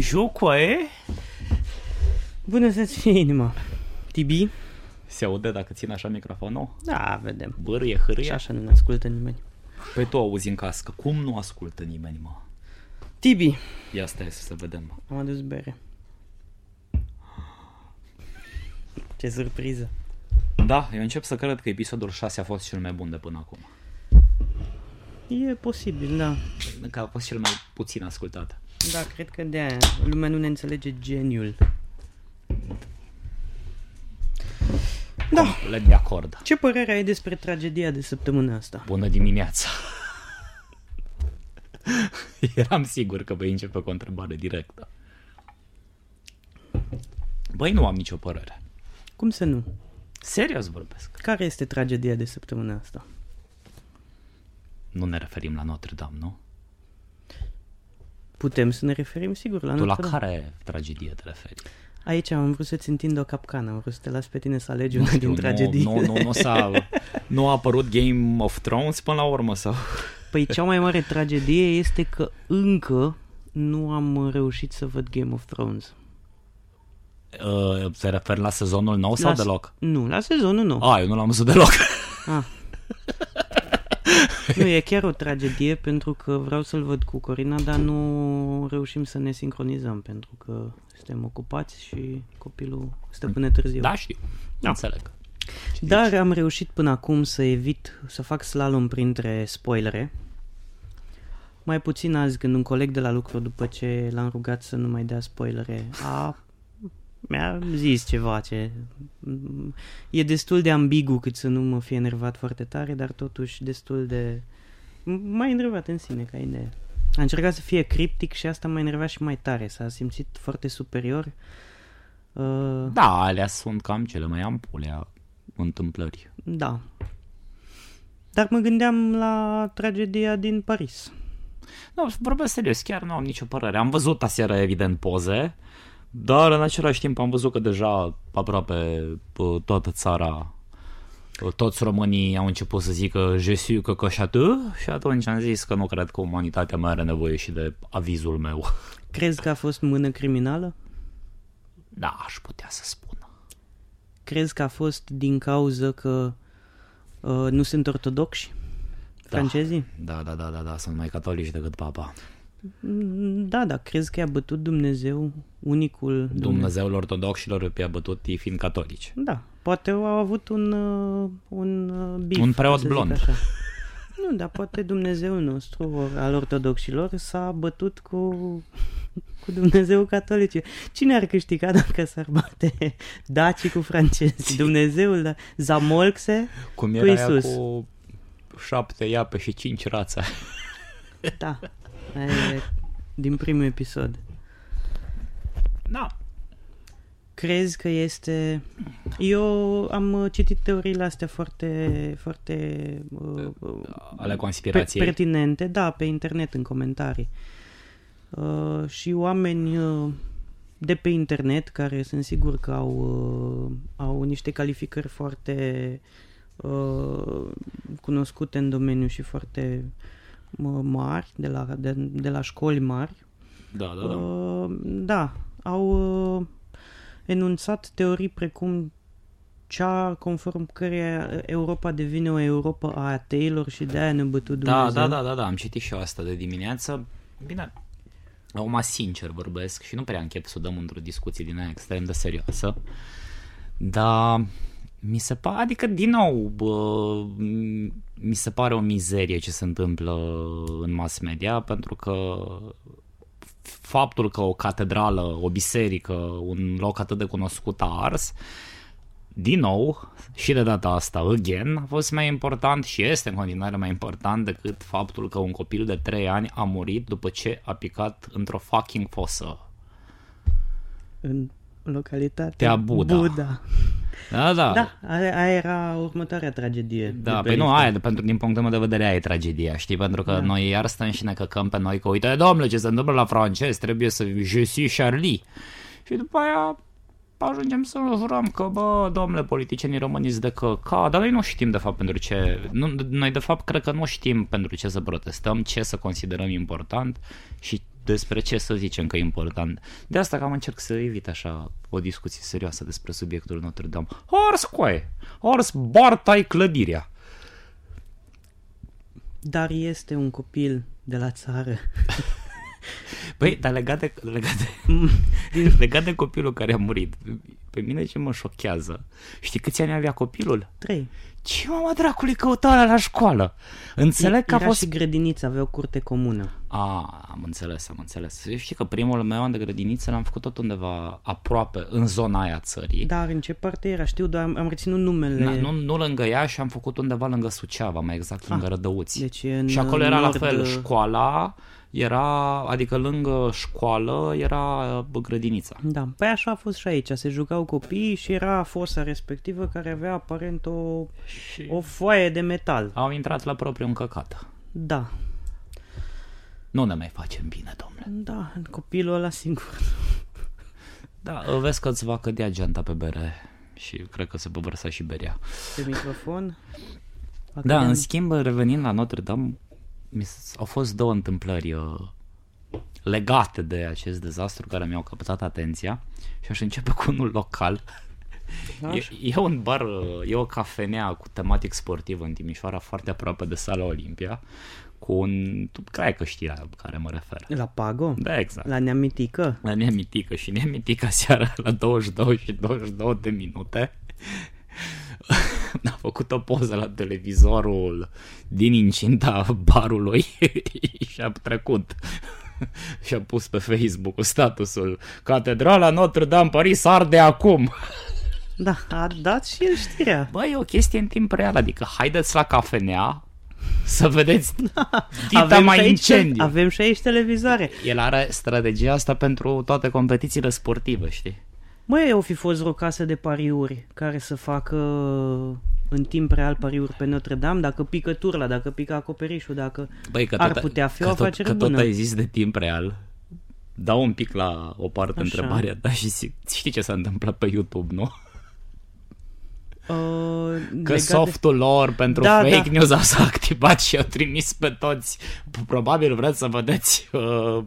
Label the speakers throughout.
Speaker 1: Jucu, e?
Speaker 2: Bună să-ți fie inima. Tibi?
Speaker 1: Se aude dacă țin așa microfonul?
Speaker 2: Da, vedem.
Speaker 1: Bârâie,
Speaker 2: Și
Speaker 1: hârâie?
Speaker 2: așa nu ne ascultă nimeni.
Speaker 1: Păi tu auzi în cască, cum nu ascultă nimeni, mă?
Speaker 2: Tibi,
Speaker 1: Ia stai să vedem.
Speaker 2: am adus bere. Ce surpriză.
Speaker 1: Da, eu încep să cred că episodul 6 a fost cel mai bun de până acum.
Speaker 2: E posibil, da.
Speaker 1: Păi, Că a fost cel mai puțin ascultat.
Speaker 2: Da, cred că de aia. Lumea nu ne înțelege geniul. Da.
Speaker 1: Complet de acord.
Speaker 2: Ce părere ai despre tragedia de săptămâna asta?
Speaker 1: Bună dimineața! Eram sigur că vei începe cu o întrebare directă. Băi, nu am nicio părere.
Speaker 2: Cum să nu?
Speaker 1: Serios vorbesc.
Speaker 2: Care este tragedia de săptămâna asta?
Speaker 1: Nu ne referim la Notre Dame, nu?
Speaker 2: Putem să ne referim sigur la
Speaker 1: Tu la
Speaker 2: Notre Dame.
Speaker 1: care tragedie te referi?
Speaker 2: Aici am vrut să-ți întind o capcană, am vrut să te las pe tine să alegi una din tragedii.
Speaker 1: Nu, nu, nu, s-a, nu a apărut Game of Thrones până la urmă sau...
Speaker 2: Păi cea mai mare tragedie este că încă nu am reușit să văd Game of Thrones.
Speaker 1: Uh, te referi la sezonul nou sau
Speaker 2: La se-
Speaker 1: deloc?
Speaker 2: Nu, la sezonul nu.
Speaker 1: A, eu nu l-am văzut deloc.
Speaker 2: Ah. nu, e chiar o tragedie pentru că vreau să-l văd cu Corina, dar nu reușim să ne sincronizăm pentru că suntem ocupați și copilul stăpâne târziu.
Speaker 1: Da, știu. Da. Înțeleg.
Speaker 2: Dar am reușit până acum să evit, să fac slalom printre spoilere. Mai puțin azi când un coleg de la lucru, după ce l-am rugat să nu mai dea spoilere, a, mi-a zis ceva ce... mm, E destul de ambigu cât să nu mă fie enervat foarte tare, dar totuși destul de... M-a enervat în sine ca idee. A încercat să fie criptic și asta m-a enervat și mai tare. S-a simțit foarte superior. Uh,
Speaker 1: Da, alea sunt cam cele mai ampulea întâmplări.
Speaker 2: Da. Dar mă gândeam la tragedia din Paris.
Speaker 1: Nu, Da, vorbesc serios, chiar nu am nicio părere. Am văzut aseară, evident, poze, dar în același timp am văzut că deja aproape uh, toată țara, uh, toți românii au început să zică je suis cocoșatu și atunci am zis că nu cred că umanitatea mai are nevoie și de avizul meu.
Speaker 2: Crezi că a fost mână criminală?
Speaker 1: Da, aș putea să spun.
Speaker 2: Crezi că a fost din cauză că uh, nu sunt ortodoxi? Francezii?
Speaker 1: Da, da, da, da, da, sunt mai catolici decât papa.
Speaker 2: Mm, Da, da, crezi că i-a bătut Dumnezeu unicul...
Speaker 1: Dumnezeul ortodoxilor i-a bătut ei fiind catolici.
Speaker 2: Da, poate au avut un, uh, un uh, bif,
Speaker 1: Un preot
Speaker 2: să zic
Speaker 1: blond.
Speaker 2: Așa. Nu, dar poate Dumnezeu nostru, or- al ortodoxilor, s-a bătut cu, cu Dumnezeu catolic. Cine ar câștiga dacă s-ar bate dacii cu francezi? Dumnezeul, da. Zamolxe?
Speaker 1: Cum
Speaker 2: Cu
Speaker 1: era ea
Speaker 2: Isus.
Speaker 1: cu șapte iape și cinci rațe.
Speaker 2: Da, aia e din primul episod.
Speaker 1: Da.
Speaker 2: Crezi că este... Eu am uh, citit teoriile astea foarte, foarte uh, uh,
Speaker 1: Ale conspirației.
Speaker 2: Pre- pertinente, da, pe internet, în comentarii. Uh, și oameni uh, de pe internet, care sunt sigur că au, uh, au niște calificări foarte uh, cunoscute în domeniu și foarte mă, mari, de la, de, de la școli mari,
Speaker 1: da, da, da.
Speaker 2: Uh, da, au uh, enunțat teorii precum cea conform căreia Europa devine o Europa a ateilor și de aia ne-a bătut
Speaker 1: Da,
Speaker 2: Dumnezeu.
Speaker 1: da, da, da, da, am citit și eu asta de dimineață. Bine, acum sincer vorbesc și nu prea încep să o dăm într-o discuție din aia extrem de serioasă, dar mi se pare, adică din nou, bă, mi se pare o mizerie ce se întâmplă în mass media pentru că faptul că o catedrală, o biserică, un loc atât de cunoscut a ars, din nou, și de data asta, again, a fost mai important și este în continuare mai important decât faptul că un copil de 3 ani a murit după ce a picat într-o fucking fosă.
Speaker 2: În localitatea
Speaker 1: Tea Buda.
Speaker 2: Buda.
Speaker 1: Da, da.
Speaker 2: Da, aia aia era următoarea tragedie. de
Speaker 1: Da,
Speaker 2: pe
Speaker 1: păi nu,
Speaker 2: listă.
Speaker 1: aia, de- pentru, din punctul meu de vedere, aia e tragedia, știi? Pentru că da. noi iar stăm și ne căcăm pe noi că, uite, domnule, ce se întâmplă la francez, trebuie să je suis Charlie. Și după aia ajungem să jurăm că, bă, domnule, politicienii români sunt de căca, dar noi nu știm, de fapt, pentru ce... Nu, noi, de fapt, cred că nu știm pentru ce să protestăm, ce să considerăm important și despre ce să zicem că e important. De asta cam încerc să evit așa o discuție serioasă despre subiectul Notre Dame. Ors coaie! Ors bartai clădirea!
Speaker 2: Dar este un copil de la țară.
Speaker 1: Păi, dar legat de, legat, de, legat de copilul care a murit, pe mine ce mă șochează? Știi câți ani avea copilul?
Speaker 2: Trei.
Speaker 1: Ce mama dracului căuta ăla la școală? Înțeleg că a
Speaker 2: Era
Speaker 1: fost...
Speaker 2: și grădiniță, avea o curte comună.
Speaker 1: A, am înțeles, am înțeles. Eu știi că primul meu an de grădiniță l-am făcut tot undeva aproape, în zona aia țării.
Speaker 2: Dar în ce parte era? Știu, doar am, am reținut numele.
Speaker 1: Na, nu, nu lângă ea și am făcut undeva lângă Suceava, mai exact, lângă Rădăuți.
Speaker 2: Ah, deci în,
Speaker 1: și acolo era la
Speaker 2: nord- uh,
Speaker 1: fel, școala era, adică lângă școală era uh, grădinița.
Speaker 2: Da, păi așa a fost și aici, se jucau copiii și era fosa respectivă care avea aparent o,
Speaker 1: Și
Speaker 2: o foaie de metal.
Speaker 1: au intrat la propriu în căcat.
Speaker 2: Da,
Speaker 1: Nu ne mai facem bine, domnule.
Speaker 2: da, copilul ăla singur.
Speaker 1: Da, vezi că îți va cădea geanta pe bere și cred că se va vărsa și berea.
Speaker 2: Pe microfon. Acum
Speaker 1: Da,
Speaker 2: am-
Speaker 1: în schimb, revenind la Notre Dame, mi s- au fost două întâmplări uh, legate de acest dezastru care mi-au captat atenția și aș începe cu unul local. E,
Speaker 2: Da, Așa.
Speaker 1: e un bar, uh, e o cafenea cu tematic sportiv în Timișoara, foarte aproape de sala Olimpia, cu un, tu cred că știi la care mă refer.
Speaker 2: La Pago?
Speaker 1: Da, exact.
Speaker 2: La Neamitică?
Speaker 1: La Neamitică și Neamitica seara la 22 și 22 de minute a făcut o poză la televizorul din incinta barului și a trecut și a pus pe Facebook statusul Catedrala Notre-Dame Paris arde acum.
Speaker 2: Da, a dat și el știrea.
Speaker 1: Băi, e o chestie în timp real, adică haideți la cafenea să vedeți dita
Speaker 2: și
Speaker 1: mai
Speaker 2: aici,
Speaker 1: incendiu.
Speaker 2: avem și aici televizoare.
Speaker 1: El are strategia asta pentru toate competițiile sportive, știi?
Speaker 2: Măi, eu fi fost vreo casă de pariuri care să facă uh, în timp real pariuri pe Notre Dame, dacă pică turla, dacă pică acoperișul, dacă...
Speaker 1: Băi, că
Speaker 2: Ar
Speaker 1: tot,
Speaker 2: putea fi
Speaker 1: că
Speaker 2: o
Speaker 1: tot,
Speaker 2: afacere
Speaker 1: că tot
Speaker 2: bună.
Speaker 1: ai zis de timp real. Dau un pic la o parte
Speaker 2: Așa.
Speaker 1: întrebarea ta și si- știi ce s-a întâmplat pe YouTube, nu?
Speaker 2: Uh,
Speaker 1: Că
Speaker 2: legat de-
Speaker 1: softul lor pentru
Speaker 2: Da,
Speaker 1: fake
Speaker 2: da.
Speaker 1: news s-a activat și a trimis pe toți. Probabil vreți să vedeți uh,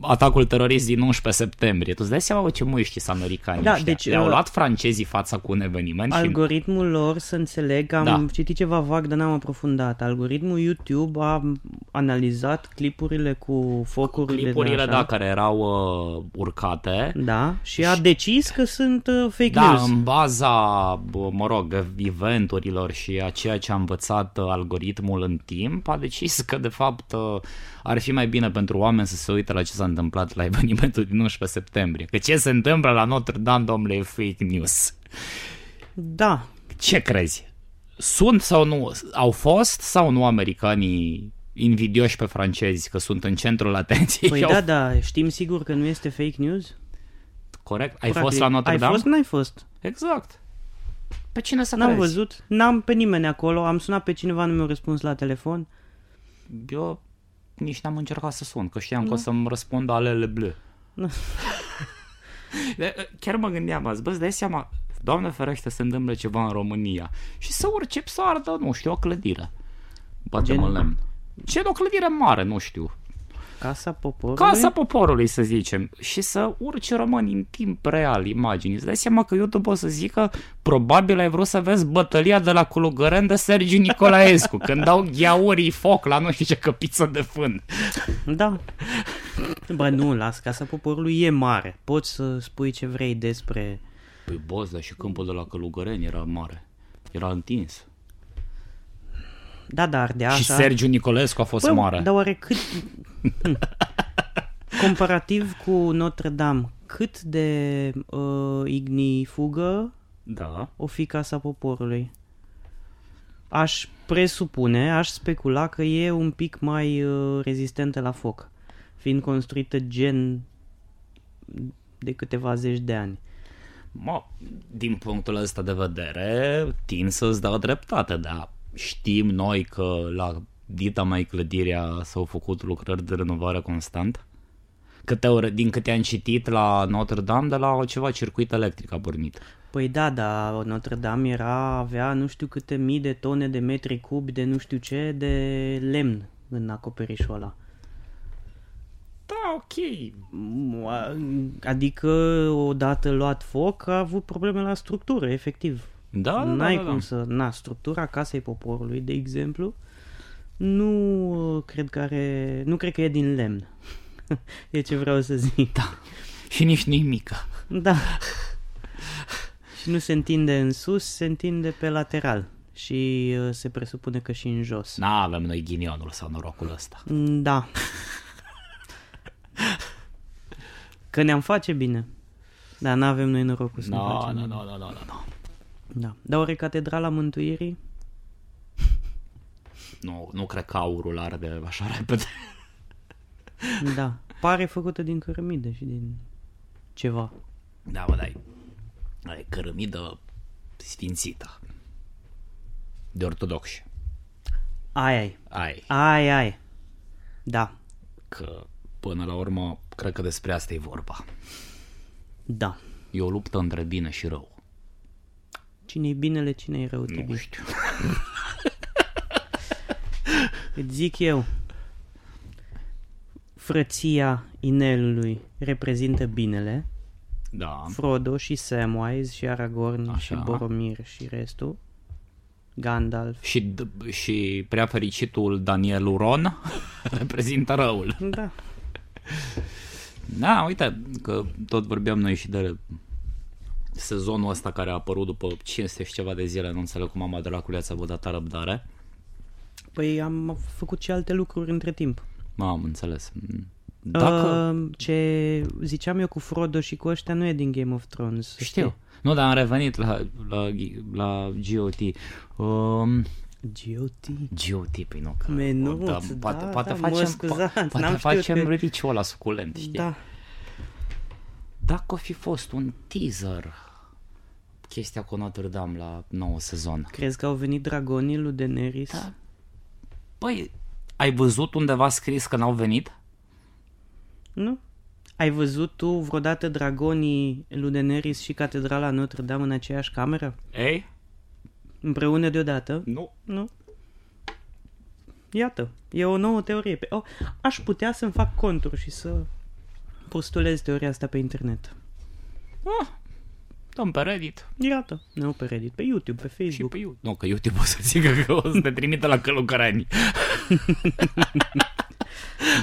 Speaker 1: atacul terorist din 11 septembrie. Tu îți dai seama bă, ce muiști sunt americani
Speaker 2: Da,
Speaker 1: ăștia.
Speaker 2: deci,
Speaker 1: Le-au
Speaker 2: uh,
Speaker 1: luat francezii fața cu un eveniment și...
Speaker 2: Algoritmul lor, să înțeleg, am
Speaker 1: Da.
Speaker 2: da. citit ceva vag, dar n-am aprofundat. Algoritmul YouTube a analizat clipurile cu focurile.
Speaker 1: Clipurile,
Speaker 2: așa.
Speaker 1: da, care erau uh, urcate.
Speaker 2: Da, și a decis că sunt uh, fake
Speaker 1: Da,
Speaker 2: news.
Speaker 1: în baza, bă, mă rog, eventurilor și a ceea ce a învățat uh, algoritmul în timp, a decis că, de fapt, uh, ar fi mai bine pentru oameni să se uite la ce s-a întâmplat la evenimentul din 11 septembrie. Că ce se întâmplă la Notre Dame, domnule, e fake news.
Speaker 2: Da,
Speaker 1: Ce crezi? Sunt sau nu, au fost sau nu americanii invidioși pe francezi că sunt în centrul atenției?
Speaker 2: păi
Speaker 1: Au-
Speaker 2: da, da, știm sigur că nu este fake news?
Speaker 1: Corect? Ai
Speaker 2: Practic.
Speaker 1: fost la Notre
Speaker 2: Ai
Speaker 1: Dame?
Speaker 2: fost? N-ai fost.
Speaker 1: Exact. Pe cine să
Speaker 2: N-am
Speaker 1: crezi?
Speaker 2: văzut, n-am pe nimeni acolo, am sunat pe cineva, nu mi-a răspuns la telefon.
Speaker 1: Eu nici n-am încercat să sun, că știam că o să-mi răspundă alele bleu.
Speaker 2: Nu.
Speaker 1: De- Chiar mă gândeam azi, bă, îți dai seama, Doamne ferește să întâmple ceva în România și să urce să ardă, nu știu, o clădire. Batem
Speaker 2: Gen-
Speaker 1: în lemn. Ce o clădire mare, nu știu.
Speaker 2: Casa poporului?
Speaker 1: Casa poporului, să zicem, și să urci români în timp real imagini. Îți dai seama că YouTube o să zică probabil ai vrut să vezi bătălia de la Culugăren de Sergiu Nicolaescu, când dau gheaurii foc la nu știu ce căpiță de fân.
Speaker 2: Da. Bă, nu, las, Casa Poporului e mare. Poți să spui ce vrei despre...
Speaker 1: Păi boss, dar și câmpul de la Călugăreni era mare. Era întins.
Speaker 2: Da, dar de
Speaker 1: Așa.
Speaker 2: așa...
Speaker 1: Și Sergiu Nicolescu a fost Bă, mare.
Speaker 2: Dar oare cât... Hm. Comparativ cu Notre Dame, cât de uh, ignifugă
Speaker 1: da.
Speaker 2: o fi Casa Poporului? Aș presupune, aș specula că e un pic mai uh, rezistentă la foc, fiind construită gen de câteva zeci de ani.
Speaker 1: Mă, din punctul ăsta de vedere, tin să-ți dau dreptate, dar știm noi că la dita mai clădirea s-au făcut lucrări de renovare constant? Câte ori, din câte am citit la Notre Dame, de la ceva circuit electric a pornit.
Speaker 2: Păi da, da, Notre Dame era, avea nu știu câte mii de tone de metri cubi de nu știu ce de lemn în acoperișul ăla.
Speaker 1: Da, ok.
Speaker 2: Adică odată luat foc a avut probleme la structură, efectiv.
Speaker 1: Da, da,
Speaker 2: N-ai
Speaker 1: da, da,
Speaker 2: cum
Speaker 1: da.
Speaker 2: să... Na, structura Casei Poporului, de exemplu, nu uh, cred că are... Nu cred că e din lemn. e ce vreau să zic. Da.
Speaker 1: Și nici nimic.
Speaker 2: Da. și nu se întinde în sus, se întinde pe lateral. Și uh, se presupune că și în jos.
Speaker 1: N-avem noi ghinionul sau norocul ăsta.
Speaker 2: Mm, Da. Că ne-am face bine. Dar n-avem noi norocul să ne
Speaker 1: Nu,
Speaker 2: facem.
Speaker 1: nu,
Speaker 2: bine.
Speaker 1: nu, nu, nu, nu.
Speaker 2: Da. Dar oare Catedrala Mântuirii?
Speaker 1: Nu, nu cred că aurul arde așa repede.
Speaker 2: Da. Pare făcută din cărămidă și din ceva.
Speaker 1: Da, bă, dai. Ai cărămidă sfințită. De ortodoxi.
Speaker 2: Ai, ai.
Speaker 1: Ai.
Speaker 2: Ai, ai. Da.
Speaker 1: Că până la urmă, cred că despre asta e vorba.
Speaker 2: Da.
Speaker 1: E o luptă între bine și rău.
Speaker 2: Cine-i binele, cine-i rău,
Speaker 1: Nu
Speaker 2: Tibi?
Speaker 1: știu.
Speaker 2: Îți zic eu. Frăția inelului reprezintă binele.
Speaker 1: Da.
Speaker 2: Frodo și Samwise și Aragorn
Speaker 1: Așa.
Speaker 2: Așa. și Boromir și restul. Gandalf.
Speaker 1: Și, d- și prea fericitul Daniel Uron reprezintă răul.
Speaker 2: Da.
Speaker 1: Da, uite, că tot vorbeam noi și de sezonul ăsta care a apărut după 500 și ceva de zile, nu înțeleg cum mama de la culeața vă dat răbdare.
Speaker 2: Păi am făcut și alte lucruri între timp.
Speaker 1: M-am înțeles. Dacă...
Speaker 2: Uh, ce ziceam eu cu Frodo și cu ăștia nu e din Game of Thrones. să
Speaker 1: Știu. Nu, dar am revenit la, la, la GOT. Um,
Speaker 2: știi. GOT.
Speaker 1: GOT, păi nu, că...
Speaker 2: Menuț,
Speaker 1: poate,
Speaker 2: da,
Speaker 1: poate
Speaker 2: da, mă
Speaker 1: facem,
Speaker 2: scuzați,
Speaker 1: po- poate
Speaker 2: n-am știut
Speaker 1: facem
Speaker 2: că-
Speaker 1: reviciul ăla suculent, știi?
Speaker 2: Da.
Speaker 1: Dacă o fi fost un teaser chestia cu Notre Dame la nouă sezon.
Speaker 2: Crezi că au venit dragonii lui Daenerys?
Speaker 1: Da. Păi, ai văzut undeva scris că n-au venit?
Speaker 2: Nu? Ai văzut tu vreodată dragonii lui Daenerys și catedrala Notre Dame în aceeași cameră?
Speaker 1: Ei?
Speaker 2: Împreună deodată?
Speaker 1: Nu.
Speaker 2: Nu? Iată, e o nouă teorie. Pe... O, aș putea să-mi fac conturi și să postulez teoria asta pe internet.
Speaker 1: Ah, dăm pe Reddit
Speaker 2: Iată, nu pe Reddit, pe YouTube, pe
Speaker 1: și
Speaker 2: Facebook.
Speaker 1: pe YouTube. Nu, că YouTube o să zică că o să te trimite la călugărani.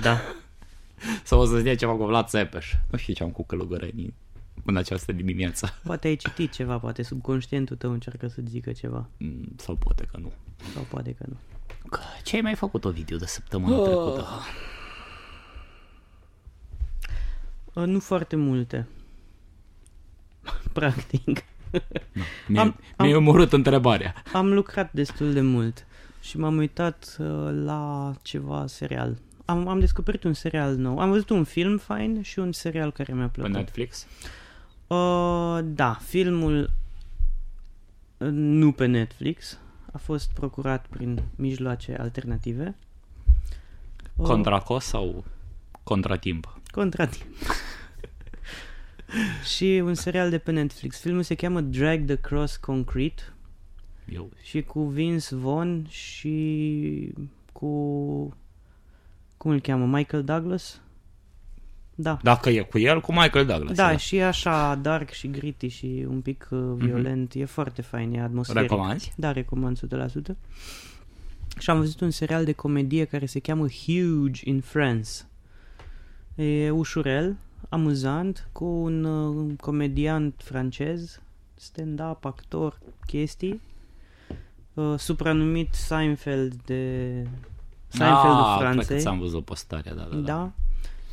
Speaker 2: Da.
Speaker 1: Sau o să-ți dea ceva cu Vlad Țepeș. Nu știu ce am cu călugăranii în această dimineață.
Speaker 2: Poate ai citit ceva, poate subconștientul tău încearcă să-ți zică ceva.
Speaker 1: Mm, Sau poate că nu.
Speaker 2: Sau poate că nu.
Speaker 1: Că Ce ai mai făcut o video de săptămâna oh. trecută?
Speaker 2: A, Ă, nu foarte multe. Practic.
Speaker 1: Mi-ai, am,
Speaker 2: Am- am-
Speaker 1: mi-ai omorât întrebarea.
Speaker 2: Am lucrat destul de mult și m-am uitat uh, la ceva serial. Am, am descoperit un serial nou. Am văzut un film fain și un serial care mi-a
Speaker 1: Pe
Speaker 2: plăcut.
Speaker 1: Netflix?
Speaker 2: Uh, da, filmul uh, nu pe Netflix a fost procurat prin mijloace alternative. Uh,
Speaker 1: Contra cost sau contratimp?
Speaker 2: Contra tine. și un serial de pe Netflix. Filmul se cheamă Drag the Cross Concrete
Speaker 1: Eu.
Speaker 2: și cu Vince Vaughn și cu... cum îl cheamă? Michael Douglas? Da.
Speaker 1: Dacă e cu el, cu Michael Douglas.
Speaker 2: Da, și e așa dark și gritty și un pic uh, violent. E foarte fain, e atmosferic.
Speaker 1: Recomanzi?
Speaker 2: Da, recomand 100%. Și am văzut un serial de comedie care se cheamă Huge in France. E ușurel, amuzant, cu un uh, comediant francez, stand-up, actor, chestii, uh, supranumit Seinfeld de... Seinfeldul
Speaker 1: Ah, Cred
Speaker 2: Franței.
Speaker 1: că ți-am văzut postarea, da, da, da.
Speaker 2: Da.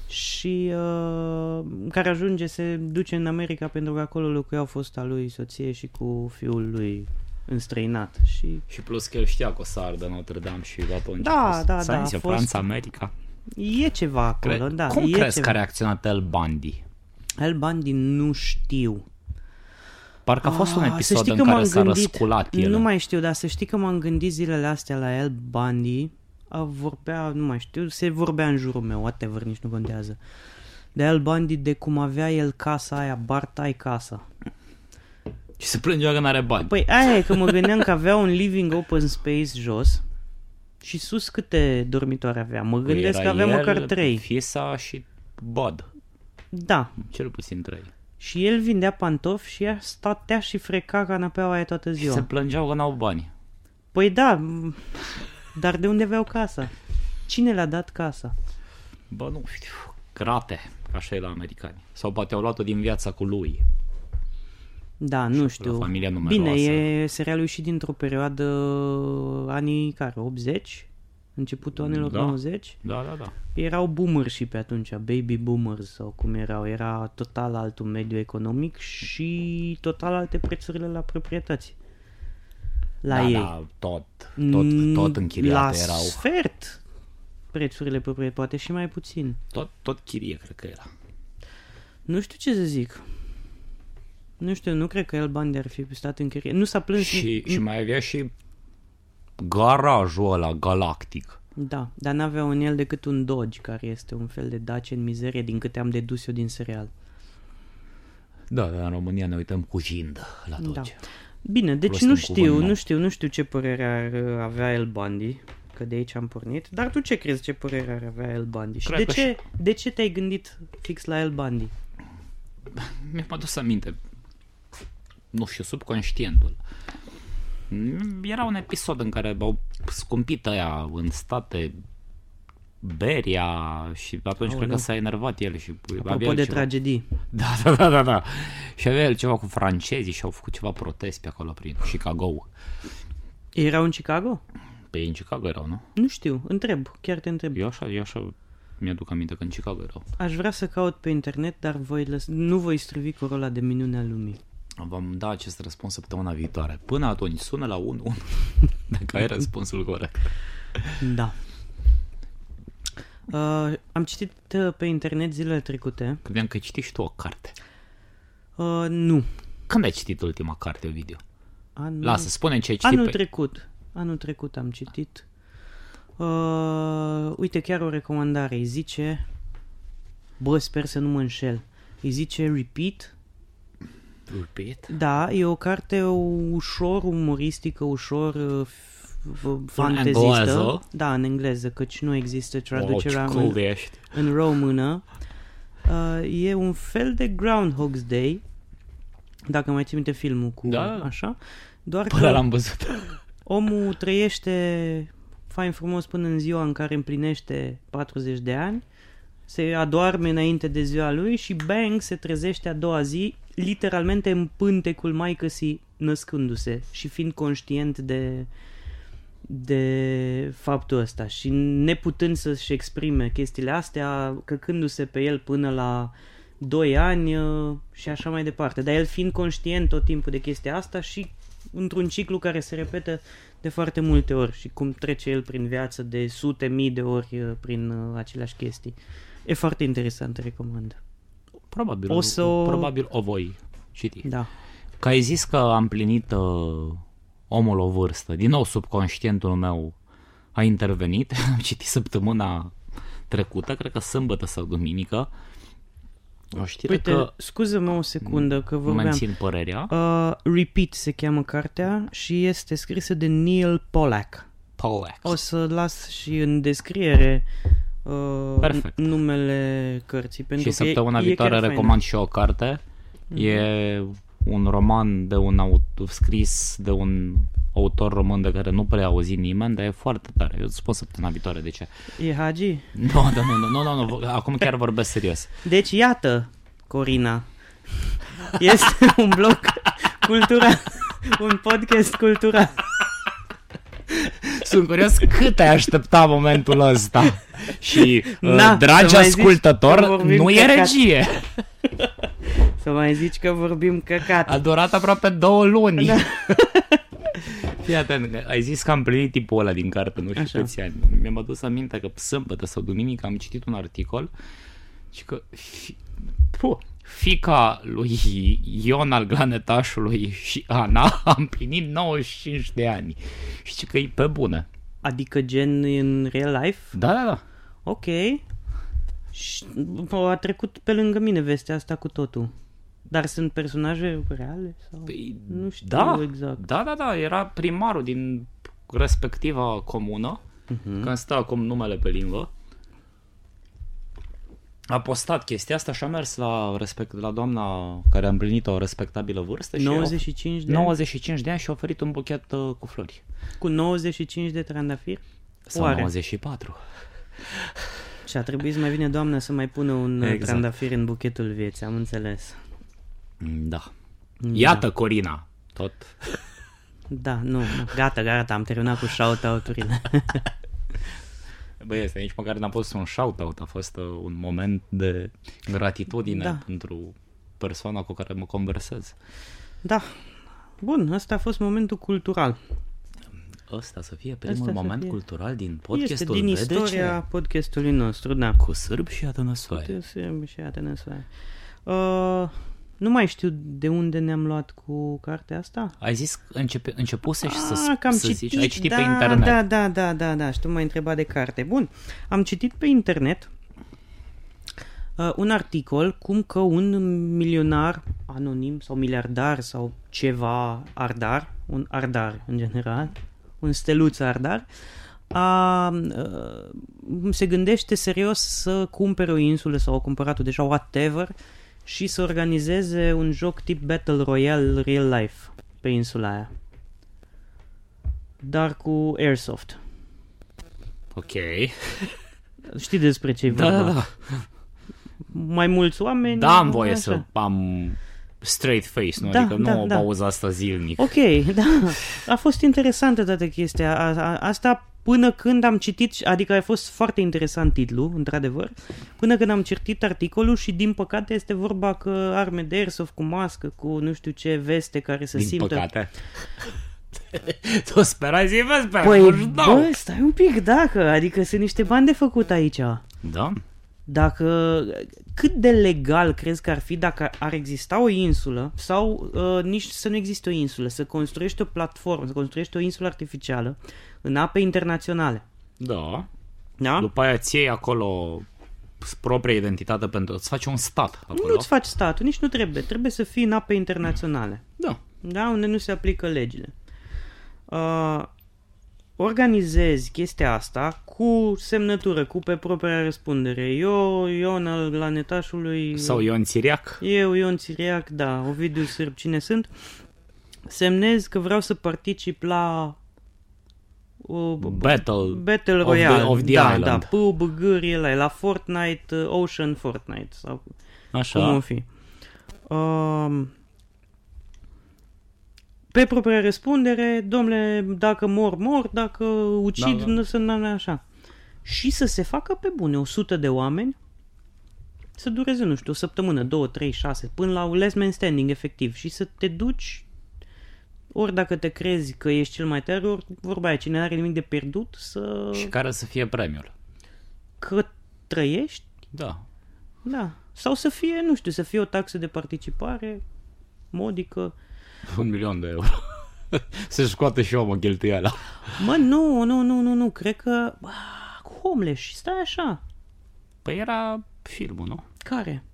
Speaker 2: Și uh, care ajunge, se duce în America pentru că acolo locuiau fosta lui soție și cu fiul lui înstrăinat. Și
Speaker 1: Și plus că el știa că o să ardă Notre Dame și atunci
Speaker 2: Da,
Speaker 1: a fost-
Speaker 2: da,
Speaker 1: s-a
Speaker 2: da,
Speaker 1: zis,
Speaker 2: a
Speaker 1: e
Speaker 2: fost-
Speaker 1: Franța, America.
Speaker 2: e ceva acolo,
Speaker 1: Cre-
Speaker 2: da.
Speaker 1: Cum
Speaker 2: e
Speaker 1: crezi
Speaker 2: ceva.
Speaker 1: că a reacționat el Bundy?
Speaker 2: El Bundy nu știu.
Speaker 1: Parcă a fost un
Speaker 2: Ah, să
Speaker 1: episod
Speaker 2: știi
Speaker 1: în
Speaker 2: că
Speaker 1: care
Speaker 2: m-am
Speaker 1: s-a
Speaker 2: gândit,
Speaker 1: răsculat el.
Speaker 2: Nu mai știu, dar să știi că m-am gândit zilele astea la El Bundy. A vorbea, nu mai știu, se vorbea în jurul meu, whatever, nici nu contează. De El Bundy, de cum avea el casa aia, Bartai casa.
Speaker 1: Și se plângea că n-are bani.
Speaker 2: Păi aia e că mă gândeam că avea un living open space jos și sus câte dormitoare avea. Mă gândesc
Speaker 1: Păi Era
Speaker 2: că avea
Speaker 1: el, Păi
Speaker 2: măcar trei.
Speaker 1: Fisa și bod.
Speaker 2: Da.
Speaker 1: Cel puțin trei.
Speaker 2: Și el vindea pantofi și ea statea și freca canapeaua aia toată
Speaker 1: Și se
Speaker 2: ziua.
Speaker 1: plângeau că n-au bani.
Speaker 2: Păi da, m- dar de unde aveau casa? Cine le-a dat casa?
Speaker 1: Bă, nu știu. Crate, ca așa e la americani. Sau poate au luat-o din viața cu lui.
Speaker 2: Da, nu știu.
Speaker 1: familia numeroasă.
Speaker 2: Bine, e serialul și dintr-o perioadă anii care, 80? Începutul anilor
Speaker 1: Da.
Speaker 2: 90?
Speaker 1: Da, da, da.
Speaker 2: Erau boomers și pe atunci, baby boomers sau cum erau, era total altul mediu economic și total alte prețurile la proprietăți. La
Speaker 1: da,
Speaker 2: ei. Mm,
Speaker 1: da, tot, tot, tot închiriate
Speaker 2: la
Speaker 1: erau.
Speaker 2: sfert prețurile proprietăți, poate și mai puțin.
Speaker 1: Tot, tot chirie, cred că era.
Speaker 2: Nu știu ce să zic. Nu știu, nu cred că el bani de-ar fi stat în chirie. Nu s-a plâns
Speaker 1: Și, și mai avea și garajul ăla galactic.
Speaker 2: Da, dar n-avea în el decât un Dodge, care este un fel de Dacia în mizerie, din câte am dedus eu din serial.
Speaker 1: Da, dar în România ne uităm cu jind la tot.
Speaker 2: Da.
Speaker 1: Da.
Speaker 2: Bine, deci
Speaker 1: Plus
Speaker 2: nu
Speaker 1: un
Speaker 2: știu,
Speaker 1: cuvânt nou.
Speaker 2: nu știu, nu știu ce părere ar uh, avea El Bundy, că de aici am pornit, dar tu ce crezi ce părere ar avea El Bundy? Și
Speaker 1: Cred
Speaker 2: de
Speaker 1: că
Speaker 2: ce, de ce te-ai gândit fix la El Bundy?
Speaker 1: Mi-am adus aminte. Nu știu, subconștientul. Era un episod în care au scumpit aia în state beria și atunci cred că s-a enervat el și
Speaker 2: Apropo
Speaker 1: el
Speaker 2: de
Speaker 1: ceva-
Speaker 2: tragedii.
Speaker 1: Da, da, da, da, da. Și avea el ceva cu francezii și au făcut ceva protest pe acolo prin Chicago.
Speaker 2: Erau în Chicago?
Speaker 1: Pe ei în Chicago erau, nu?
Speaker 2: Nu știu, întreb, chiar te întreb.
Speaker 1: Eu așa, eu așa mi-aduc aminte că în Chicago erau.
Speaker 2: Aș vrea să caut pe internet, dar voi lăs... nu voi strivi corola de minunea lumii.
Speaker 1: Vom da acest răspuns săptămâna viitoare. Până atunci, sună la 1 dacă ai răspunsul corect.
Speaker 2: Da. Uh, am citit uh, pe internet zilele trecute.
Speaker 1: Credeam că ai citit și tu o carte.
Speaker 2: Uh, nu.
Speaker 1: Când ai citit ultima carte, Ovidiu?
Speaker 2: Anul,
Speaker 1: Lasă, spune ce ai citit.
Speaker 2: anul
Speaker 1: pe...
Speaker 2: trecut. Anul trecut am citit. Uh, uite, chiar o recomandare. Îi zice... Bă, sper să nu mă înșel. Îi zice Repeat.
Speaker 1: Repeat?
Speaker 2: Da, e o carte ușor umoristică, ușor uh, f- f- fantezistă.
Speaker 1: engleză?
Speaker 2: Da, în engleză, căci nu există
Speaker 1: Oh, ce
Speaker 2: traducerea în-
Speaker 1: cool ești.
Speaker 2: în română. Uh, e un fel de Groundhog's Day, dacă mai ții minte filmul cu
Speaker 1: Da.
Speaker 2: așa, doar
Speaker 1: Până
Speaker 2: că
Speaker 1: l-am văzut.
Speaker 2: omul trăiește fain frumos până în ziua în care împlinește 40 de ani, se adoarme înainte de ziua lui și bang se trezește a doua zi, literalmente în pântecul maicăsii născându-se și fiind conștient de de faptul ăsta și neputând să-și exprime chestiile astea, căcându-se pe el până la 2 ani uh, și așa mai departe. Dar el fiind conștient tot timpul de chestia asta și într-un ciclu care se repetă de foarte multe ori și cum trece el prin viață de sute mii de ori uh, prin uh, aceleași chestii. E foarte interesant, te recomand.
Speaker 1: Probabil,
Speaker 2: O să o-
Speaker 1: probabil o voi citi.
Speaker 2: Da.
Speaker 1: Că ai zis că am plinit uh, omul o vârstă. Din nou, subconștientul meu a intervenit. Am citit săptămâna trecută, cred că sâmbătă sau duminică, o știre
Speaker 2: Uite,
Speaker 1: Păi că
Speaker 2: scuză-mă o secundă că vorbeam.
Speaker 1: mențin părerea.
Speaker 2: Uh, Repeat se cheamă cartea și este scrisă de Neil Pollack.
Speaker 1: Pollack.
Speaker 2: O să las și în descriere uh,
Speaker 1: Perfect.
Speaker 2: n- numele cărții. Pentru
Speaker 1: Și
Speaker 2: că
Speaker 1: săptămâna
Speaker 2: e,
Speaker 1: viitoare
Speaker 2: e chiar Mhm.
Speaker 1: recomand și eu o carte. E un roman de un aut- scris de un autor român de care nu prea auzi nimeni, dar e foarte tare. Eu îți spun săptămâna viitoare de ce.
Speaker 2: Faină. E Hagi?
Speaker 1: Nu, dar nu, nu, nu, nu, nu, acum chiar vorbesc serios.
Speaker 2: Deci iată, Corina, este un blog cultural, un podcast cultural.
Speaker 1: Sunt curios cât ai aștepta momentul ăsta. Și,
Speaker 2: Na,
Speaker 1: Na, dragi
Speaker 2: să mai zici că
Speaker 1: ascultător,
Speaker 2: vorbim
Speaker 1: nu e
Speaker 2: căcat.
Speaker 1: regie.
Speaker 2: Să mai zici că vorbim căcat.
Speaker 1: A durat aproape două luni.
Speaker 2: Da.
Speaker 1: Fii atent, că ai zis că am plinit tipul ăla din carte, nu știu
Speaker 2: Așa.
Speaker 1: câți ani. Mi-am adus aminte că sâmbătă sau duminică am citit un articol și că fi, puh, fica lui Ion al Glanetașului și Ana am plinit 95 de ani. Și zice că e pe bună.
Speaker 2: Adică gen în real life?
Speaker 1: Da, da, da.
Speaker 2: Ok. Și, bă, a trecut pe lângă mine vestea asta cu totul. Dar sunt personaje reale? Sau?
Speaker 1: Păi,
Speaker 2: Nu știu
Speaker 1: da,
Speaker 2: exact.
Speaker 1: Da, da, da, era primarul din respectiva comună, uh-huh. că îmi stă acum numele pe limbă. a postat chestia asta și a mers la, respect, la doamna care a împlinit o respectabilă vârstă și
Speaker 2: 95 de ani?
Speaker 1: 95 de ani și a oferit un buchet uh, cu flori.
Speaker 2: Cu 95 de trandafiri?
Speaker 1: Sau
Speaker 2: Oare?
Speaker 1: 94.
Speaker 2: Și a trebuit să mai vine doamna să mai pună un exact.
Speaker 1: Exact.
Speaker 2: trandafir în buchetul vieții, am înțeles.
Speaker 1: Da. Iată, Corina. Tot.
Speaker 2: Da, nu, nu, gata, gata, am terminat cu shout-out-urile.
Speaker 1: Băi, este nici măcar n-a fost un shout-out, a fost uh, un moment de gratitudine
Speaker 2: Da.
Speaker 1: da. pentru persoana cu care mă conversez.
Speaker 2: da, bun, ăsta a fost momentul cultural.
Speaker 1: Ăsta să fie primul
Speaker 2: Ăsta
Speaker 1: Asta
Speaker 2: să
Speaker 1: moment
Speaker 2: fie.
Speaker 1: cultural din
Speaker 2: este
Speaker 1: podcastul
Speaker 2: din
Speaker 1: VDC.
Speaker 2: istoria podcastului nostru, da.
Speaker 1: Cu sârb și atănăsoare.
Speaker 2: Putem și Atenesoare. Uh, nu mai știu de unde ne-am luat cu cartea asta.
Speaker 1: Ai zis că începe, începuse și să,
Speaker 2: Ah,
Speaker 1: sp-
Speaker 2: că am
Speaker 1: să
Speaker 2: citit,
Speaker 1: zici, ai citit
Speaker 2: da,
Speaker 1: pe internet.
Speaker 2: Da, da, da, da, da, și tu m-ai întrebat de carte. Bun, am citit pe internet uh, un articol cum că un milionar anonim sau miliardar sau ceva ardar, un ardar în general, un steluț ardar, a, uh, se gândește serios să cumpere o insulă sau a cumpărat-o deja, whatever, și să organizeze un joc tip Battle Royale real life pe insula aia dar cu airsoft.
Speaker 1: Ok.
Speaker 2: Știi despre ce e
Speaker 1: Da, da,
Speaker 2: vorba.
Speaker 1: da.
Speaker 2: Mai mulți oameni...
Speaker 1: Da, am voie
Speaker 2: așa.
Speaker 1: să am straight face, nu?
Speaker 2: Da,
Speaker 1: adică
Speaker 2: da,
Speaker 1: nu o
Speaker 2: da.
Speaker 1: pauză asta zilnic.
Speaker 2: Ok, da. A fost interesantă toată chestia. A, a, asta până când am citit, adică a fost foarte interesant titlul, într-adevăr, până când am citit articolul și din păcate este vorba că arme de airsoft cu mască, cu nu știu ce veste care se
Speaker 1: Din
Speaker 2: simtă.
Speaker 1: păcate. tu sperai zi, vă sper,
Speaker 2: Păi,
Speaker 1: nu știu.
Speaker 2: bă, stai un pic, dacă, adică sunt niște bani de făcut aici.
Speaker 1: Da?
Speaker 2: dacă cât de legal crezi că ar fi dacă ar exista o insulă sau uh, nici să nu existe o insulă, să construiești o platformă, să construiești o insulă artificială în ape internaționale.
Speaker 1: Da.
Speaker 2: Da?
Speaker 1: După aia ți iei acolo propria identitate pentru... Îți faci un stat acolo.
Speaker 2: Nu-ți faci statul, nici nu trebuie. Trebuie să fii în ape internaționale.
Speaker 1: Da.
Speaker 2: Da, unde nu se aplică legile. Uh, organizezi chestia asta cu semnătură, cu pe propria răspundere. Eu, Ion al planetașului...
Speaker 1: Sau Ion Țiriac.
Speaker 2: Eu, Ion Țiriac, da, Ovidiu Sârb, cine sunt, semnez că vreau să particip la uh,
Speaker 1: Battle.
Speaker 2: Battle
Speaker 1: of
Speaker 2: Royale.
Speaker 1: the- of the
Speaker 2: da,
Speaker 1: Island.
Speaker 2: da, PUBG, la, la Fortnite, uh, Ocean Fortnite sau
Speaker 1: Așa.
Speaker 2: cum o fi. Um, pe propria răspundere, domnule, dacă mor, mor, dacă ucid,
Speaker 1: Da,
Speaker 2: da,
Speaker 1: da.
Speaker 2: da. să nu așa. Și să se facă pe bune 100 de oameni, să dureze, nu știu, o săptămână, două, trei, șase, până la last man standing, efectiv, și să te duci ori dacă te crezi că ești cel mai tare, ori vorba aia, cine are nimic de pierdut, să...
Speaker 1: Și care să fie premiul.
Speaker 2: că trăiești,
Speaker 1: Da.
Speaker 2: da. Sau să fie, nu știu, să fie o taxă de participare modică.
Speaker 1: Un milion de euro. Se scoate și omul cheltuiala.
Speaker 2: Mă, nu, nu, nu, nu, nu, cred că... Bă, cu homeless, și stai așa.
Speaker 1: Păi era filmul, nu?
Speaker 2: Care?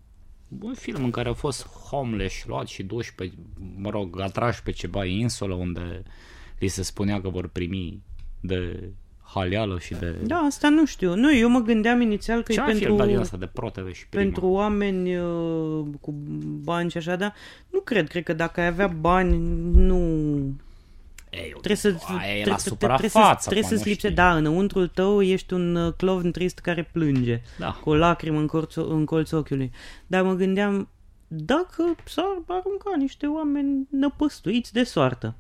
Speaker 1: Un film în care au fost homeless luat și duși pe, mă rog, atrași pe ceva insulă unde li se spunea că vor primi de haleală și de...
Speaker 2: Da, asta nu știu. Nu, eu mă gândeam inițial că
Speaker 1: Ce
Speaker 2: e
Speaker 1: mai
Speaker 2: pentru...
Speaker 1: film din asta de proteve și primă?
Speaker 2: pentru oameni uh, cu bani și așa, dar nu cred, cred că dacă ai avea bani, nu,
Speaker 1: Ei,
Speaker 2: Trebuie să
Speaker 1: aia e
Speaker 2: trebuie,
Speaker 1: la
Speaker 2: să-
Speaker 1: suprafață.
Speaker 2: trebuie, să,
Speaker 1: acum,
Speaker 2: trebuie să-ți
Speaker 1: nu
Speaker 2: lipse,
Speaker 1: știi.
Speaker 2: da, înăuntrul tău ești un uh, clovn trist care plânge
Speaker 1: Da.
Speaker 2: cu o lacrimă în, corț, în colț ochiului. Dar mă gândeam dacă s-ar arunca niște oameni năpăstuiți de soartă,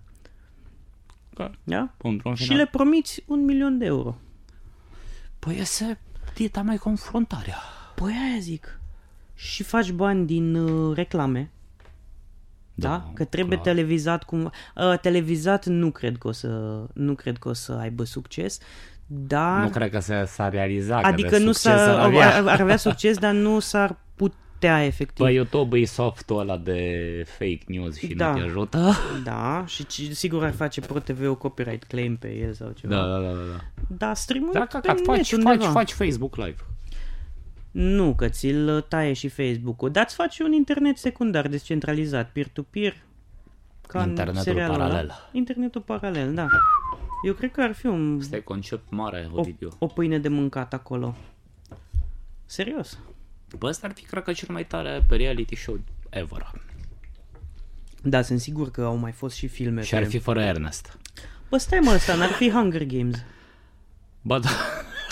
Speaker 1: Că,
Speaker 2: da?
Speaker 1: Într-un
Speaker 2: Și
Speaker 1: final.
Speaker 2: le promiți un milion de euro.
Speaker 1: Păi este dieta mai confruntarea.
Speaker 2: Păi aia zic. Și faci bani din uh, reclame. Da, da că trebuie clar. televizat cum uh, televizat nu cred că o să nu cred că o să aibă succes, dar
Speaker 1: Nu cred că se, s-a realizat. că
Speaker 2: Adică
Speaker 1: de
Speaker 2: nu
Speaker 1: succes
Speaker 2: s-ar,
Speaker 1: ar
Speaker 2: ar,
Speaker 1: avea. Păi
Speaker 2: ar avea succes, dar nu s-ar putea efectiv.
Speaker 1: Bă, YouTube e softul ăla de fake news și
Speaker 2: Da.
Speaker 1: nu te ajută.
Speaker 2: Da, și ci- sigur ar face ProTV o copyright claim pe el sau ceva.
Speaker 1: Da, da, da, da.
Speaker 2: Dar streamul
Speaker 1: Da, ca,
Speaker 2: Păi, pe
Speaker 1: ca,
Speaker 2: net
Speaker 1: faci, faci,
Speaker 2: undeva.
Speaker 1: faci Facebook Live.
Speaker 2: Nu, că ți-l uh, taie și Facebook-ul, dar îți face un internet secundar descentralizat, peer-to-peer. Ca în
Speaker 1: Internetul
Speaker 2: serialul ăla.
Speaker 1: paralel.
Speaker 2: Internetul paralel, da. Eu cred că ar fi un,
Speaker 1: Este concept mare,
Speaker 2: o,
Speaker 1: Ovidiu.
Speaker 2: o pâine de mâncat acolo. Serios.
Speaker 1: Bă, ăsta ar fi, cred că, cel mai tare reality show ever.
Speaker 2: Da, sunt sigur că au mai fost și filme.
Speaker 1: Și ar
Speaker 2: pe-
Speaker 1: fi fără Ernest.
Speaker 2: Bă, stai mă, ăsta n-ar fi Hunger Games.
Speaker 1: Ba, da.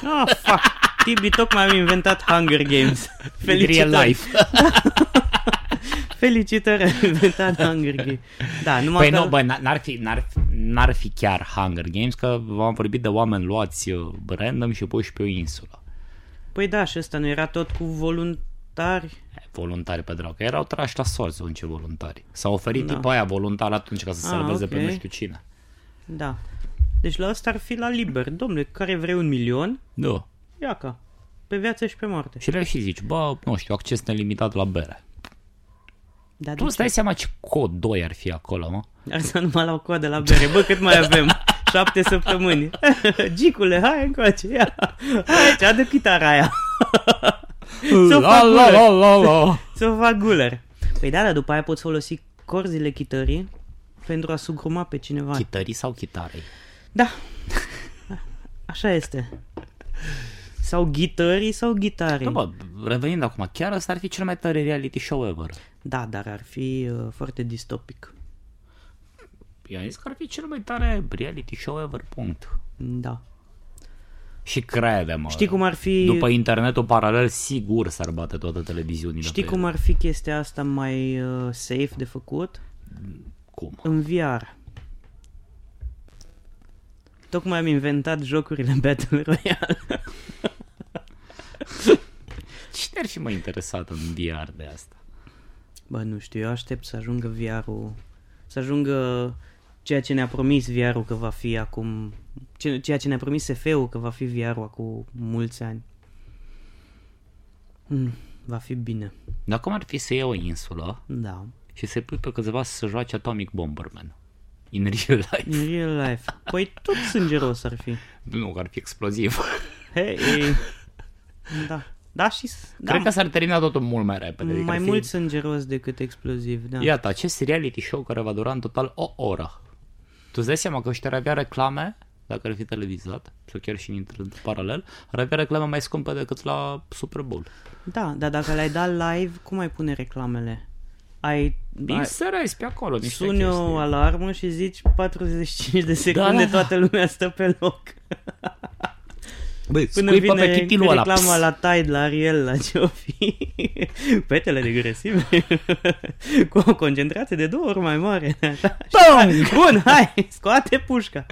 Speaker 2: Ah, fuck. Tibi, tocmai am inventat Hunger Games.
Speaker 1: Felicitări. Real life.
Speaker 2: Felicitări, am inventat Hunger Games. Da, numai
Speaker 1: Păi
Speaker 2: că...
Speaker 1: nu, bă, n- n-ar fi, n-ar, fi- n-ar fi chiar Hunger Games, că v-am vorbit de oameni luați uh, random și puși pe o insulă.
Speaker 2: Păi da, și ăsta nu era tot cu voluntari.
Speaker 1: Eh, Voluntari pe dracu. Erau trași la sorți unce voluntari. S-a oferit
Speaker 2: Da.
Speaker 1: da. tipul aia voluntar atunci ca să
Speaker 2: Ah,
Speaker 1: salveze
Speaker 2: ok.
Speaker 1: pe nu știu cine.
Speaker 2: Da. Deci la ăsta ar fi la liber. Domne, care vrei un milion?
Speaker 1: Da.
Speaker 2: Ia ca. Pe viață și pe moarte.
Speaker 1: Și le și zici, bă, nu știu, acces nelimitat la bere.
Speaker 2: Da,
Speaker 1: Tu
Speaker 2: de
Speaker 1: îți dai seama ce cod 2 ar fi acolo, mă?
Speaker 2: Ar sta numai la o coadă la bere. Bă, cât mai avem? Șapte săptămâni. Gicule, hai încoace, ia. Aici, adu chitara aia. Să fac gură.
Speaker 1: la, la.
Speaker 2: Să fac guler. Păi da, dar după aia poți folosi corzile chitării pentru a sugruma pe cineva.
Speaker 1: Chitării sau chitarei?
Speaker 2: Da. Așa este. Sau ghitării sau
Speaker 1: Nu,
Speaker 2: gitare.
Speaker 1: bă, revenind acum, chiar ăsta ar fi cel mai tare reality show ever.
Speaker 2: Da, dar ar fi uh, foarte distopic.
Speaker 1: I-am zis că ar fi cel mai tare reality show ever, punct.
Speaker 2: Da.
Speaker 1: Și crede-mă.
Speaker 2: Știi cum ar fi...
Speaker 1: După internetul paralel, sigur s-ar bate toată televiziunile.
Speaker 2: Știi
Speaker 1: pe
Speaker 2: cum
Speaker 1: ele.
Speaker 2: ar fi chestia asta mai uh, safe de făcut?
Speaker 1: Cum?
Speaker 2: În VR. Tocmai am inventat jocurile Battle Royale.
Speaker 1: Cine ar fi mai interesat în VR de asta?
Speaker 2: Bă, nu știu, eu aștept să ajungă VR-ul, să ajungă ceea ce ne-a promis VR-ul că va fi acum, ce- ceea ce ne-a promis SF-ul că va fi VR-ul acum mulți ani. Mm, va fi bine,
Speaker 1: Dar cum ar fi să iei o insulă
Speaker 2: da.
Speaker 1: și să-i pui pe câțiva să joace Atomic Bomberman? In real life.
Speaker 2: In real life. Păi tot sângeros ar fi.
Speaker 1: Nu, că ar fi exploziv.
Speaker 2: Hei, da. Da și... s- Da,
Speaker 1: Cred că s-ar termina totul mult mai repede. adică
Speaker 2: mai
Speaker 1: ar fi-
Speaker 2: mult sângeros decât exploziv, da.
Speaker 1: Iată, acest reality show care va dura în total o oră. Tu îți dai seama că ăștia ar avea reclame, dacă ar fi televizat, sau chiar și în internet paralel, ar avea reclame mai scumpe decât la Super Bowl.
Speaker 2: Da, dar dacă le-ai dat live, cum ai pune reclamele? Ai, ai
Speaker 1: Inserezi pe acolo niște
Speaker 2: Suni o
Speaker 1: chestii.
Speaker 2: alarmă și zici 45 de secunde
Speaker 1: Da, da, da.
Speaker 2: toată lumea stă pe loc.
Speaker 1: Băi,
Speaker 2: Până
Speaker 1: scuipă
Speaker 2: vine
Speaker 1: pe chitilul ăla.
Speaker 2: reclama
Speaker 1: Pss.
Speaker 2: la Tide, la Ariel, la ce o fi. Petele degresive. Cu o concentrație de două ori mai mare.
Speaker 1: Da.
Speaker 2: Așa.
Speaker 1: Bang!
Speaker 2: Bun, hai, scoate pușca.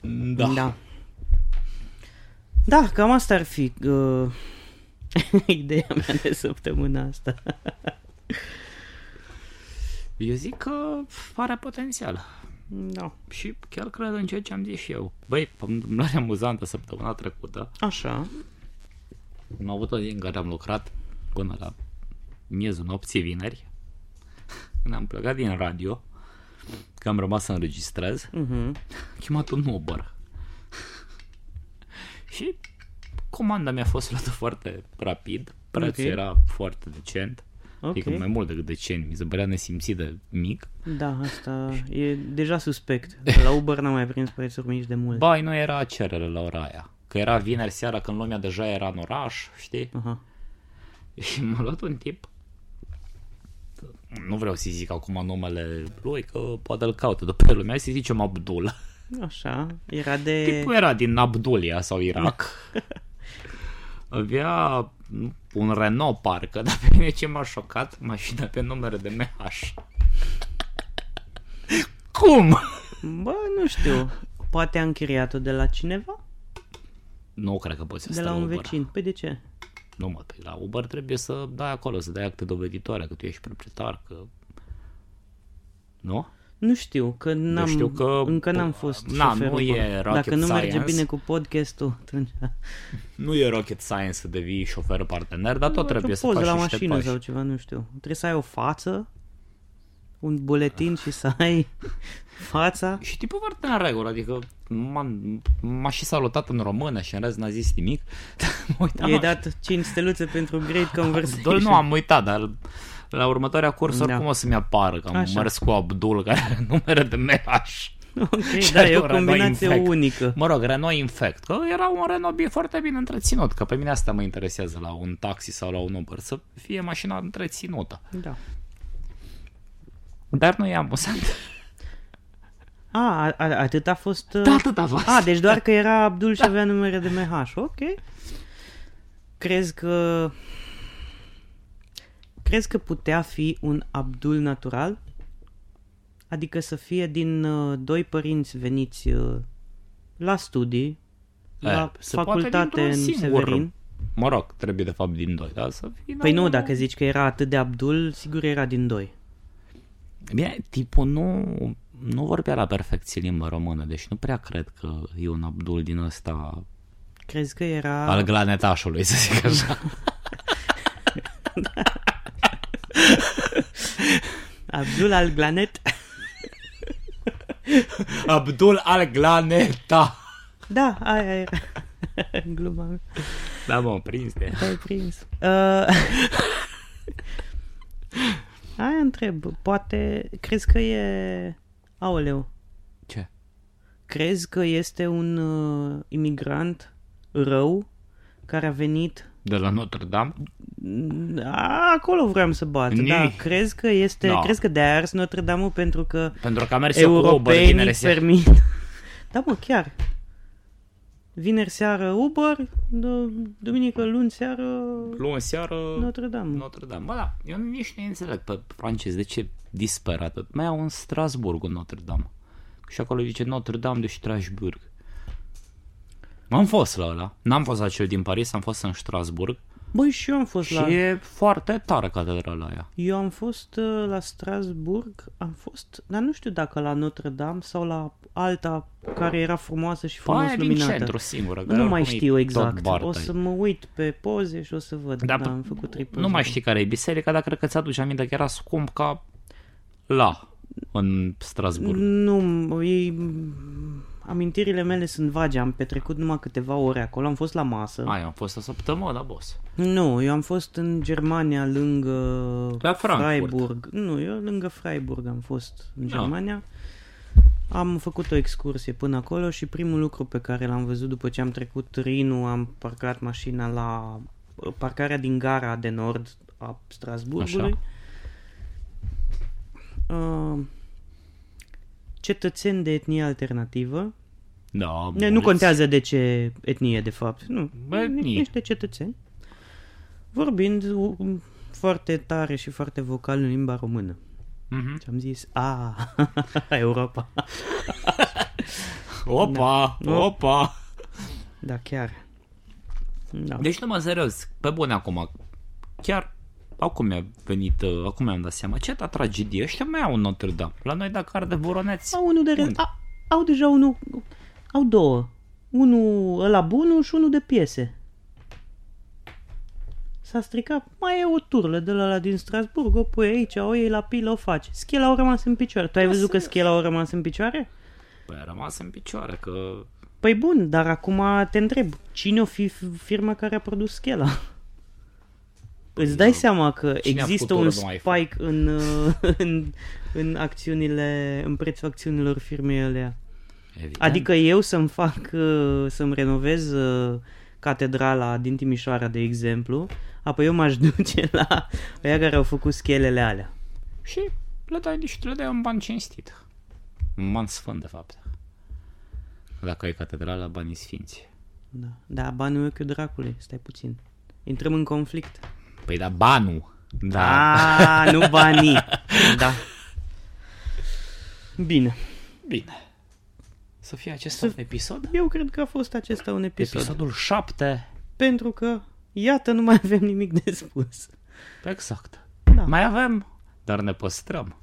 Speaker 1: Da. da.
Speaker 2: da. Da, cam asta ar fi uh, ideea mea de săptămâna asta.
Speaker 1: Eu zic că are potențial.
Speaker 2: Da.
Speaker 1: Și chiar cred în ceea ce am zis și eu. Băi, o întâmplare amuzantă săptămâna trecută.
Speaker 2: Așa.
Speaker 1: Am avut o zi în care am lucrat până la miezul nopții vineri. Când am plecat din radio, că am rămas să înregistrez,
Speaker 2: Uh-huh.
Speaker 1: am chemat un Uber. și comanda mi-a fost luată foarte rapid, prețul
Speaker 2: Ok.
Speaker 1: era foarte decent.
Speaker 2: Ok.
Speaker 1: Adică mai mult decât decent, mi se părea nesimțit de mic.
Speaker 2: Da, asta e deja suspect. La Uber n-am mai prins prețuri mici de mult.
Speaker 1: Bai, nu era cerere la ora aia. Că era vineri seara când lumea deja era în oraș, știi?
Speaker 2: Aha.
Speaker 1: Și m-a luat un tip nu vreau să zic acum numele lui, că poate îl caută de pe lumea, să-i zicem Abdul.
Speaker 2: Așa, era de...
Speaker 1: Tipul era din Abdulia sau Irak. Avea un Renault parcă, dar pe mine ce m-a șocat, mașina pe numere de MH. Cum? păi-
Speaker 2: Bă, nu știu. Poate a închiriat-o de la cineva?
Speaker 1: Nu cred că poți să
Speaker 2: De
Speaker 1: stai
Speaker 2: la un
Speaker 1: Uber.
Speaker 2: vecin. Păi de ce?
Speaker 1: Nu mă, pe la Uber trebuie să dai acolo, să dai acte doveditoare că tu ești proprietar, că... Nu?
Speaker 2: Nu știu, că n-am,
Speaker 1: Deci știu că-
Speaker 2: încă n-am fost
Speaker 1: Na,
Speaker 2: șoferul
Speaker 1: nu e
Speaker 2: acolo.
Speaker 1: rocket
Speaker 2: Dacă nu merge
Speaker 1: science.
Speaker 2: bine cu podcastul, atunci...
Speaker 1: Nu e rocket science să devii șofer partener, dar tot
Speaker 2: Faci
Speaker 1: trebuie
Speaker 2: o
Speaker 1: să
Speaker 2: poză
Speaker 1: faci
Speaker 2: la
Speaker 1: niște
Speaker 2: mașină
Speaker 1: pași.
Speaker 2: sau ceva, nu știu. Trebuie să ai o față, un buletin și să ai fața.
Speaker 1: Și tipul foarte în regulă, adică m-a, m-a și salutat în română și în rest n-a zis nimic. Mă uitam,
Speaker 2: I-ai dat 5 steluțe pentru great conversation.
Speaker 1: Abdul nu am uitat, dar la următoarea cursă
Speaker 2: Da.
Speaker 1: oricum o să-mi apară, că am
Speaker 2: Așa.
Speaker 1: mers cu Abdul care are numere de MH.
Speaker 2: Ok,
Speaker 1: Și
Speaker 2: da, e o
Speaker 1: atunci
Speaker 2: combinație
Speaker 1: Renault Infect.
Speaker 2: unică.
Speaker 1: Mă rog, Renault Infect, că era un Renault bine- foarte bine întreținut, că pe mine asta mă interesează la un taxi sau la un Uber, să fie mașina întreținută.
Speaker 2: Da.
Speaker 1: Dar nu e amuzant.
Speaker 2: Da. Ah, A, a, a- atât a fost... uh,
Speaker 1: Da, atâta v
Speaker 2: A, deci doar că era Abdul și avea numere de MH, ok. Crezi că... Crezi că putea fi un Abdul natural? Adică să fie din uh, doi părinți veniți uh, la studii, la
Speaker 1: se poate
Speaker 2: facultate în
Speaker 1: dintr-un singur.
Speaker 2: Severin.
Speaker 1: Mă rog, trebuie de fapt din doi, da? Să fie
Speaker 2: Păi nu, dacă zici că era atât de Abdul, sigur era din doi.
Speaker 1: Bine, tipul nu, nu vorbea la perfecție limba română, deci nu prea cred că e un Abdul din ăsta
Speaker 2: Da. Crezi că era...
Speaker 1: al glanetașului, să zic așa.
Speaker 2: Abdul al Glanet?
Speaker 1: Abdul al glaneta!
Speaker 2: Da, aia era. Gluma mea.
Speaker 1: Da, mă, prins de...
Speaker 2: Te-ai prins. Uh, aia întreb. Poate, crezi că e... Aoleu,
Speaker 1: Ce?
Speaker 2: crezi că este un uh, imigrant rău care a venit...
Speaker 1: De la Notre Dame?
Speaker 2: A, acolo vreau să bat,
Speaker 1: Ni.
Speaker 2: da. Crezi că este...
Speaker 1: Da.
Speaker 2: Crezi că de-aia a ars Notre Dame pentru că
Speaker 1: Pentru că a mers eu cu Uber
Speaker 2: europenii
Speaker 1: vineri
Speaker 2: îți
Speaker 1: seara.
Speaker 2: permit. Da, mă, chiar. Vineri seară Uber, d- duminică, luni seară
Speaker 1: Luni seară...
Speaker 2: Notre Dame.
Speaker 1: Notre Dame. Bă, da, eu nici nu înțeleg pe francez de ce disper atât. Mai au în Strasburg un Notre Dame. Și acolo zice Notre Dame de Strasburg. Am fost la ăla. N-am fost la cel din Paris, am fost în Strasburg.
Speaker 2: Băi, și eu am fost
Speaker 1: Și
Speaker 2: la...
Speaker 1: e foarte tare catedrala aia.
Speaker 2: Eu am fost uh, la Strasburg, am fost, dar nu știu dacă la Notre Dame sau la alta care era frumoasă și
Speaker 1: Păi,
Speaker 2: frumos
Speaker 1: aia din
Speaker 2: luminată.
Speaker 1: centru singură. că
Speaker 2: Nu mai
Speaker 1: oricum e
Speaker 2: știu
Speaker 1: tot
Speaker 2: exact.
Speaker 1: bar
Speaker 2: O
Speaker 1: tăi.
Speaker 2: să mă uit pe poze și o să văd. Da,
Speaker 1: Dar
Speaker 2: da
Speaker 1: pe-
Speaker 2: am făcut trei poze.
Speaker 1: Nu mai știi care e biserica, dar cred că ți-aduci aminte că era scump ca la în Strasburg.
Speaker 2: Nu, e... Amintirile mele sunt vage, am petrecut numai câteva ore acolo, am fost la masă.
Speaker 1: Aia am fost o săptămână, boss.
Speaker 2: Nu, eu am fost în Germania lângă
Speaker 1: La Frankfurt.
Speaker 2: Freiburg. Nu, eu lângă Freiburg am fost în
Speaker 1: Da.
Speaker 2: Germania. Am făcut o excursie până acolo și primul lucru pe care l-am văzut după ce am trecut Rinul, am parcat mașina la uh, parcarea din gara de nord a Strasburgului. Uh, cetățeni de etnie alternativă.
Speaker 1: Da,
Speaker 2: Ne, nu contează de ce etnie, de fapt. Nu,
Speaker 1: Bă,
Speaker 2: Ni-
Speaker 1: nici.
Speaker 2: niște cetățeni. Vorbind u- foarte tare și foarte vocal în limba română.
Speaker 1: Mhm.
Speaker 2: Și am zis, a, Europa.
Speaker 1: Opa, opa.
Speaker 2: Da, chiar. Da.
Speaker 1: Deci nu mă serios, pe bune acum. Chiar acum mi-a venit, uh, acum mi-am dat seama. Ce ta tragedie, ăștia mai au un Notre Dame. La noi dacă arde buroneți.
Speaker 2: Au unul de rând. A, au deja unul, au două. Unul ăla bunul și unul de piese. S-a stricat, mai e o turlă de la, la din Strasburg, o pui aici, o iei la pilă, o faci. Schela au rămas în picioare. Tu ai văzut că schela au rămas în picioare?
Speaker 1: Păi a rămas în picioare, că...
Speaker 2: Păi bun, dar acum te întreb, cine o fi f- firma care a produs schela? Îți dai seama că
Speaker 1: Păi Cine a
Speaker 2: există
Speaker 1: făcut
Speaker 2: un
Speaker 1: urmă, ai
Speaker 2: spike în, uh, în, în acțiunile, în prețul acțiunilor firmei alea.
Speaker 1: Evident.
Speaker 2: Adică eu să-mi fac, uh, să-mi renovez uh, catedrala din Timișoara, de exemplu, apoi eu m-aș duce la aia care au făcut schelele alea.
Speaker 1: Și le dai, nici le dai un ban cinstit. Un ban sfânt, de fapt. Dacă e catedrala, banii sfinți.
Speaker 2: Da, da banii în ochiul dracului, stai puțin. Intrăm în conflict.
Speaker 1: Păi da, banul. Da.
Speaker 2: A, Ah, nu banii. Da. Bine.
Speaker 1: Bine. Să fie acest un episod?
Speaker 2: Eu cred că a fost acesta un episod. episod.
Speaker 1: Episodul 7.
Speaker 2: Pentru că, iată, nu mai avem nimic de spus.
Speaker 1: Exact.
Speaker 2: Da.
Speaker 1: Mai avem, dar ne păstrăm.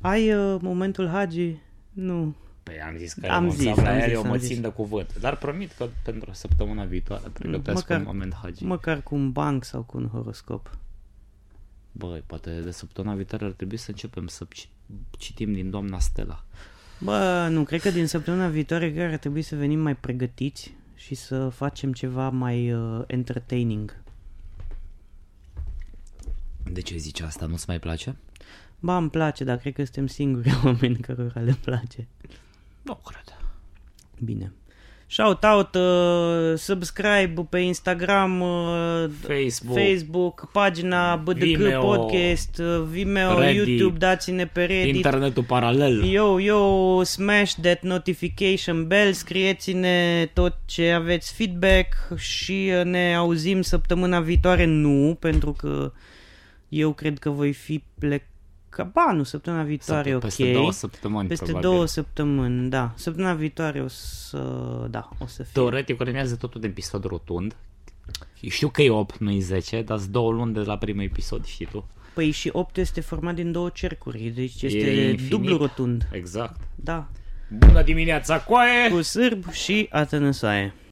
Speaker 2: Ai uh, momentul Hagi? Nu.
Speaker 1: Păi am zis că
Speaker 2: Am
Speaker 1: renunțam
Speaker 2: zis,
Speaker 1: la
Speaker 2: am
Speaker 1: el,
Speaker 2: zis,
Speaker 1: eu
Speaker 2: am
Speaker 1: mă
Speaker 2: zis.
Speaker 1: țin de cuvânt. Dar promit că pentru săptămâna viitoare pregătesc
Speaker 2: măcar-
Speaker 1: un moment hagi.
Speaker 2: Măcar cu un banc sau cu un horoscop.
Speaker 1: Băi, poate de săptămâna viitoare ar trebui să începem să ci- citim din doamna Stella.
Speaker 2: Bă, nu, cred că din săptămâna viitoare chiar ar trebui să venim mai pregătiți și să facem ceva mai uh, entertaining.
Speaker 1: De ce zici asta? Nu-ți mai place?
Speaker 2: Ba, îmi place, dar cred că suntem singuri oameni cărora le place.
Speaker 1: Nu cred.
Speaker 2: Bine. Shout out, uh, subscribe pe Instagram, uh,
Speaker 1: Facebook.
Speaker 2: Facebook, pagina BDG
Speaker 1: Vimeo,
Speaker 2: Podcast, uh, Vimeo,
Speaker 1: Reddit,
Speaker 2: YouTube, dați-ne pe Reddit.
Speaker 1: Internetul paralel.
Speaker 2: Yo, yo, smash that notification bell, scrieți-ne tot ce aveți feedback și uh, ne auzim săptămâna viitoare. Nu, pentru că eu cred că voi fi pleca... Ba, nu, săptămâna viitoare, ok.
Speaker 1: Peste două săptămâni,
Speaker 2: Peste
Speaker 1: probabil.
Speaker 2: două săptămâni, da. Săptămâna viitoare o să... Da, o să fie.
Speaker 1: Teoretic urmează totul de episod rotund. Știu că e 8, nu e 10, dar sunt două luni de la primul episod, știi tu.
Speaker 2: Păi și 8 este format din două cercuri, deci este
Speaker 1: infinit.
Speaker 2: dublu rotund.
Speaker 1: Exact.
Speaker 2: Da.
Speaker 1: Bună dimineața, coaie!
Speaker 2: Cu sârb și atănăsaie.